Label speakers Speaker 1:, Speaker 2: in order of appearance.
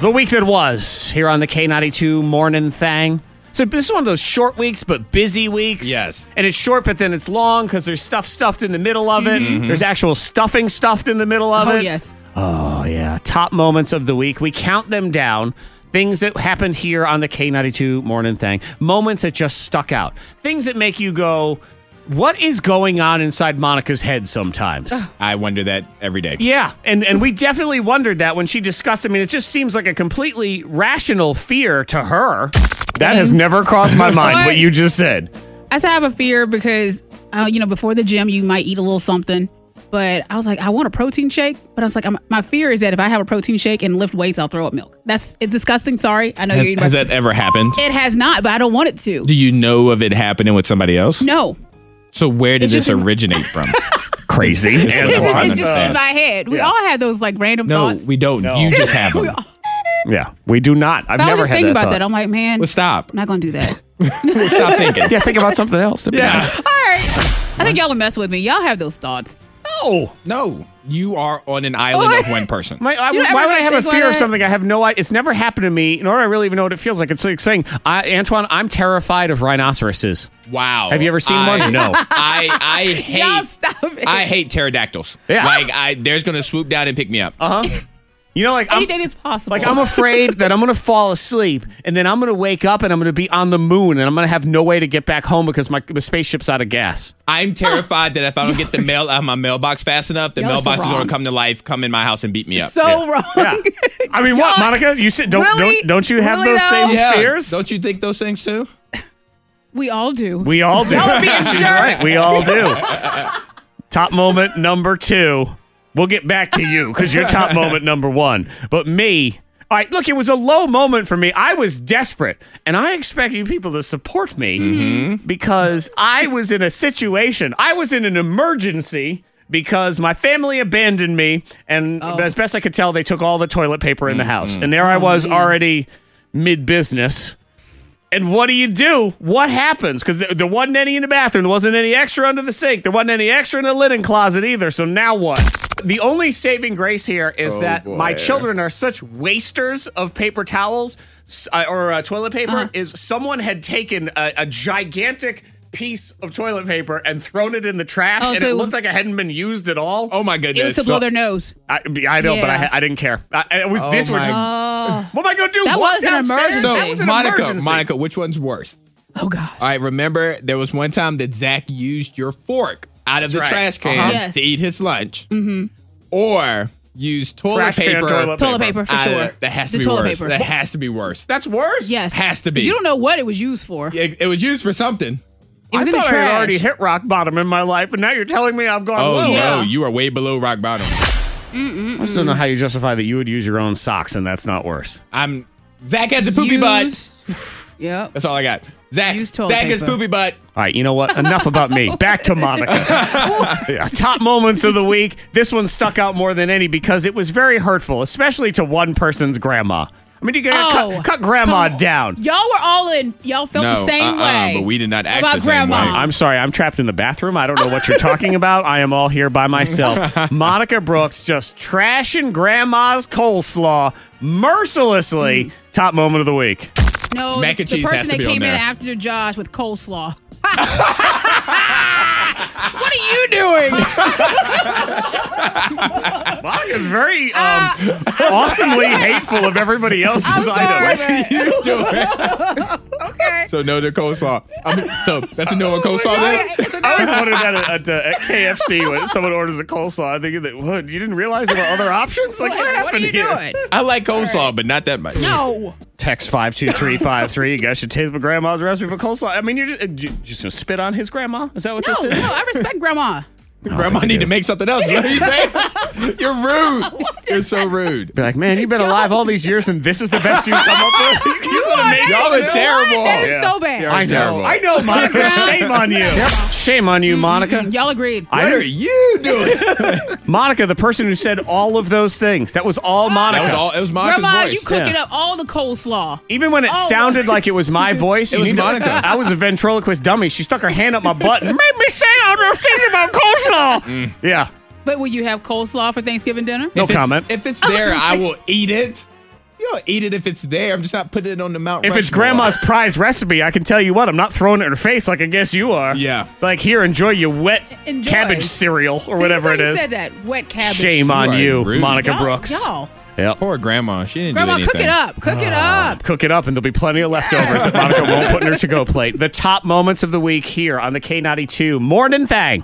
Speaker 1: the week that was here on the K92 morning thing. So this is one of those short weeks, but busy weeks.
Speaker 2: Yes.
Speaker 1: And it's short, but then it's long because there's stuff stuffed in the middle of it. There's actual stuffing stuffed in the middle of
Speaker 3: Oh
Speaker 1: it.
Speaker 3: yes.
Speaker 1: Oh, yeah. Top moments of the week. We count them down. Things that happened here on the K92 morning thing. Moments that just stuck out. Things that make you go, what is going on inside Monica's head sometimes?
Speaker 2: I wonder that every day.
Speaker 1: Yeah, and and we definitely wondered that when she discussed. I mean, it just seems like a completely rational fear to her. That has never crossed my mind.
Speaker 3: What?
Speaker 1: you just said.
Speaker 3: I said I have a fear because, uh, you know, before the gym, you might eat a little something. But I was like, I want a protein shake. But I was like, I'm, my fear is that if I have a protein shake and lift weights, I'll throw up milk. That's it's disgusting. Sorry. I know you're
Speaker 2: Has,
Speaker 3: eating.
Speaker 2: has
Speaker 3: my-
Speaker 2: that ever happened?
Speaker 3: it has not, but I don't want it to.
Speaker 2: Do you know of it happening with somebody else?
Speaker 3: No.
Speaker 2: So where did
Speaker 3: It
Speaker 2: this
Speaker 3: just-
Speaker 2: originate from?
Speaker 1: Crazy.
Speaker 2: And
Speaker 3: It's
Speaker 2: I
Speaker 3: just, it's just
Speaker 2: understand.
Speaker 3: in my head. We
Speaker 1: Yeah.
Speaker 3: all have those like random
Speaker 2: No,
Speaker 3: thoughts.
Speaker 2: we don't. You just have
Speaker 3: We
Speaker 2: them.
Speaker 3: all-
Speaker 1: yeah, we do not. I've
Speaker 3: I was
Speaker 1: never
Speaker 3: just
Speaker 1: had
Speaker 3: thinking
Speaker 1: that
Speaker 3: about that.
Speaker 1: thought.
Speaker 3: I'm like, man,
Speaker 2: Well, stop.
Speaker 3: I'm not going to do that.
Speaker 2: Stop thinking.
Speaker 1: yeah, think about something else. To be
Speaker 2: Yeah.
Speaker 1: honest.
Speaker 3: all right. I think y'all are messing with me. Y'all have those thoughts. Oh!
Speaker 2: No, no. You are on an island of one person.
Speaker 1: My, I,
Speaker 3: You don't
Speaker 1: why
Speaker 3: ever
Speaker 1: would I have a
Speaker 3: think like
Speaker 1: fear of
Speaker 3: that?
Speaker 1: something I have no idea? It's never happened to me, nor do I really even know what it feels like. It's like saying, I, Antoine, I'm terrified of rhinoceroses.
Speaker 2: Wow.
Speaker 1: Have you ever seen
Speaker 2: I-
Speaker 1: one? No.
Speaker 2: I I hate.
Speaker 3: Y'all stop it.
Speaker 2: I hate pterodactyls.
Speaker 1: Yeah.
Speaker 2: Like I, there's gonna swoop down and pick me
Speaker 3: Uh-huh.
Speaker 2: up.
Speaker 1: Uh huh. You know, like I'm-
Speaker 3: Anything is possible.
Speaker 1: Like I'm afraid that I'm gonna fall asleep and then I'm gonna wake up and I'm gonna be on the moon and I'm gonna have no way to get back home because my the spaceship's out of gas.
Speaker 2: I'm terrified that if I don't get the mail out of my mailbox fast enough, the
Speaker 3: Y'all are so
Speaker 2: mailbox is gonna
Speaker 3: wrong.
Speaker 2: come to life, come in my house and beat me up.
Speaker 3: so
Speaker 2: Yeah.
Speaker 3: wrong.
Speaker 1: Yeah. I mean, what,
Speaker 3: Y'all-
Speaker 1: Monica? You said don't
Speaker 3: Really?
Speaker 1: don't don't you have
Speaker 3: Really,
Speaker 1: those
Speaker 3: though?
Speaker 1: same
Speaker 2: Yeah.
Speaker 1: fears?
Speaker 2: Don't you think those things too?
Speaker 3: We all do.
Speaker 1: we all do.
Speaker 3: Y'all are being
Speaker 1: She's
Speaker 3: jerks.
Speaker 1: right. We all do. top moment number two. We'll get back to you because you're top moment number one. But me. All right, look, it was a low moment for me. I was desperate, and I expected people to support me. because I was in a situation. I was in an emergency because my family abandoned me, and
Speaker 3: Oh.
Speaker 1: as best I could tell, they took all the toilet paper in the house. And there I was already mid business. And what do you do? What happens? Because there, there wasn't any in the bathroom. There wasn't any extra under the sink. There wasn't any extra in the linen closet either. So now what? The only saving grace here is that my
Speaker 2: boy.
Speaker 1: children are such wasters of paper towels s- uh, or uh, toilet paper.
Speaker 3: Uh-huh.
Speaker 1: Is someone had taken a, a gigantic piece of toilet paper and thrown it in the trash,
Speaker 3: Oh,
Speaker 1: and
Speaker 3: so
Speaker 1: it
Speaker 3: it
Speaker 1: looked
Speaker 3: was-
Speaker 1: like it hadn't been used at all.
Speaker 2: Oh my
Speaker 3: It was
Speaker 2: goodness.
Speaker 3: to blow
Speaker 2: So-
Speaker 3: their nose.
Speaker 1: I, I know, but I,
Speaker 3: Yeah. Oh.
Speaker 1: ha- I didn't care. I, it was this
Speaker 2: my
Speaker 1: one. Oh What am I gonna do?
Speaker 3: That
Speaker 1: Walk
Speaker 3: was an
Speaker 1: downstairs?
Speaker 3: emergency.
Speaker 1: That was an
Speaker 2: Monica,
Speaker 1: emergency.
Speaker 2: Monica, which one's worse?
Speaker 3: Oh gosh.
Speaker 2: All right, remember there was one time that Zach used your fork out of the
Speaker 1: right.
Speaker 2: trash can
Speaker 3: Uh-huh. Yes.
Speaker 2: to eat his lunch, or use toilet
Speaker 1: Trash can,
Speaker 2: paper.
Speaker 1: toilet
Speaker 3: Toilet paper for
Speaker 2: out of-
Speaker 3: sure.
Speaker 2: that has to
Speaker 3: the
Speaker 2: be
Speaker 3: toilet
Speaker 2: worse.
Speaker 3: paper.
Speaker 2: That has to be worse.
Speaker 1: That's worse.
Speaker 3: yes.
Speaker 2: has to be.
Speaker 3: But You don't know what it was used for.
Speaker 2: It, it was used for something.
Speaker 3: It
Speaker 1: I
Speaker 3: was in the
Speaker 1: thought I
Speaker 3: trash.
Speaker 1: had already hit rock bottom in my life, and now you're telling me I've gone
Speaker 2: Oh
Speaker 1: low.
Speaker 3: yeah.
Speaker 2: no, you are way below rock bottom.
Speaker 1: I still don't know how you justify that you would use your own socks, and that's not worse.
Speaker 2: I'm Zach has a poopy butt.
Speaker 3: Used- Yep.
Speaker 2: That's all I got. Zach,
Speaker 3: Use
Speaker 2: Zach
Speaker 3: toilet
Speaker 2: has
Speaker 3: paper.
Speaker 2: poopy butt.
Speaker 1: All right, you know what? Enough about me. Back to Monica. Yeah, top moments of the week. This one stuck out more than any because it was very hurtful, especially to one person's grandma. I mean, you gotta
Speaker 3: Oh,
Speaker 1: cut, cut grandma
Speaker 3: come on.
Speaker 1: down.
Speaker 3: Y'all were all in. Y'all felt
Speaker 2: No,
Speaker 3: the same
Speaker 2: uh-uh,
Speaker 3: way.
Speaker 2: but we did not act
Speaker 3: about
Speaker 2: the same
Speaker 3: grandma.
Speaker 2: way.
Speaker 1: I'm sorry, I'm trapped in the bathroom. I don't know what you're talking about. I am all here by myself. Monica Brooks just trashing grandma's coleslaw
Speaker 3: Hmm.
Speaker 1: mercilessly. Top moment of the week.
Speaker 3: no,
Speaker 2: Mac and
Speaker 3: the
Speaker 2: cheese
Speaker 3: person
Speaker 2: has to
Speaker 3: that
Speaker 2: be on
Speaker 3: came
Speaker 2: there.
Speaker 3: in after Josh with coleslaw. what are you doing?
Speaker 1: Monica's very um, awesomely hateful of everybody else's
Speaker 3: uh, I'm
Speaker 1: item.
Speaker 3: sorry, man.
Speaker 2: you doing? okay. So no to coleslaw. I mean, so that's a no on coleslaw. then?
Speaker 1: I always wondered that at, at, uh, at KFC when someone orders a coleslaw. I think that what you didn't realize there were other options. Like what
Speaker 3: What are
Speaker 1: happened
Speaker 3: you
Speaker 1: here?
Speaker 3: doing?
Speaker 2: I like coleslaw, but not that much.
Speaker 3: No.
Speaker 1: Text five two three five three. You guys should taste my grandma's recipe for coleslaw. I mean, you're just, uh, you- just gonna spit on his grandma. Is that what
Speaker 3: No,
Speaker 1: this
Speaker 3: no,
Speaker 1: is?
Speaker 3: I respect grandma.
Speaker 2: Grandma need to make something else. What are you saying? You're rude. You're so rude.
Speaker 1: Be like, man, you've been alive all these years, and this is the best you've come up with. You,
Speaker 3: that's
Speaker 2: Y'all are terrible.
Speaker 3: That is
Speaker 1: Yeah.
Speaker 3: so bad.
Speaker 2: You're
Speaker 1: I know,
Speaker 2: terrible.
Speaker 1: I know, Monica. Shame on you. Shame on you, Monica.
Speaker 3: Mm, Y'all agreed.
Speaker 1: I
Speaker 2: What
Speaker 1: didn't-
Speaker 2: are you doing?
Speaker 1: Monica, the person who said all of those things. That was all Monica.
Speaker 2: That was all. It was Monica's
Speaker 3: Grandma,
Speaker 2: voice.
Speaker 3: you cooking
Speaker 1: Yeah.
Speaker 3: up all the coleslaw.
Speaker 1: Even when it
Speaker 3: Oh,
Speaker 1: sounded like it was my voice,
Speaker 2: It
Speaker 1: you
Speaker 2: was
Speaker 1: need to-
Speaker 2: Monica.
Speaker 1: I was a ventriloquist dummy. She stuck her hand up my butt and made me say all those things about coleslaw. Yeah,
Speaker 3: But will you have coleslaw for Thanksgiving dinner?
Speaker 1: no
Speaker 2: If it's-
Speaker 1: comment.
Speaker 2: If it's there, I will eat it. You know, eat it if it's there. I'm just not putting it on the mountain.
Speaker 1: If it's grandma's prize recipe, I can tell you what, I'm not throwing it in her face like I guess you are.
Speaker 2: Yeah.
Speaker 1: Like, here, enjoy your wet
Speaker 3: Enjoy.
Speaker 1: cabbage cereal or
Speaker 3: See,
Speaker 1: whatever
Speaker 3: I
Speaker 1: it
Speaker 3: thought you
Speaker 1: is.
Speaker 3: said that wet cabbage.
Speaker 1: Shame on
Speaker 2: You are
Speaker 1: you,
Speaker 2: rude.
Speaker 1: Monica
Speaker 3: y'all,
Speaker 1: Brooks.
Speaker 3: Y'all.
Speaker 1: Yep.
Speaker 2: poor grandma. She didn't
Speaker 3: Grandma, cook it up. Cook it up.
Speaker 1: Cook it up, and there'll be plenty of leftovers that Monica won't put in her to go plate. The top moments of the week here on the K92 Morning Thang.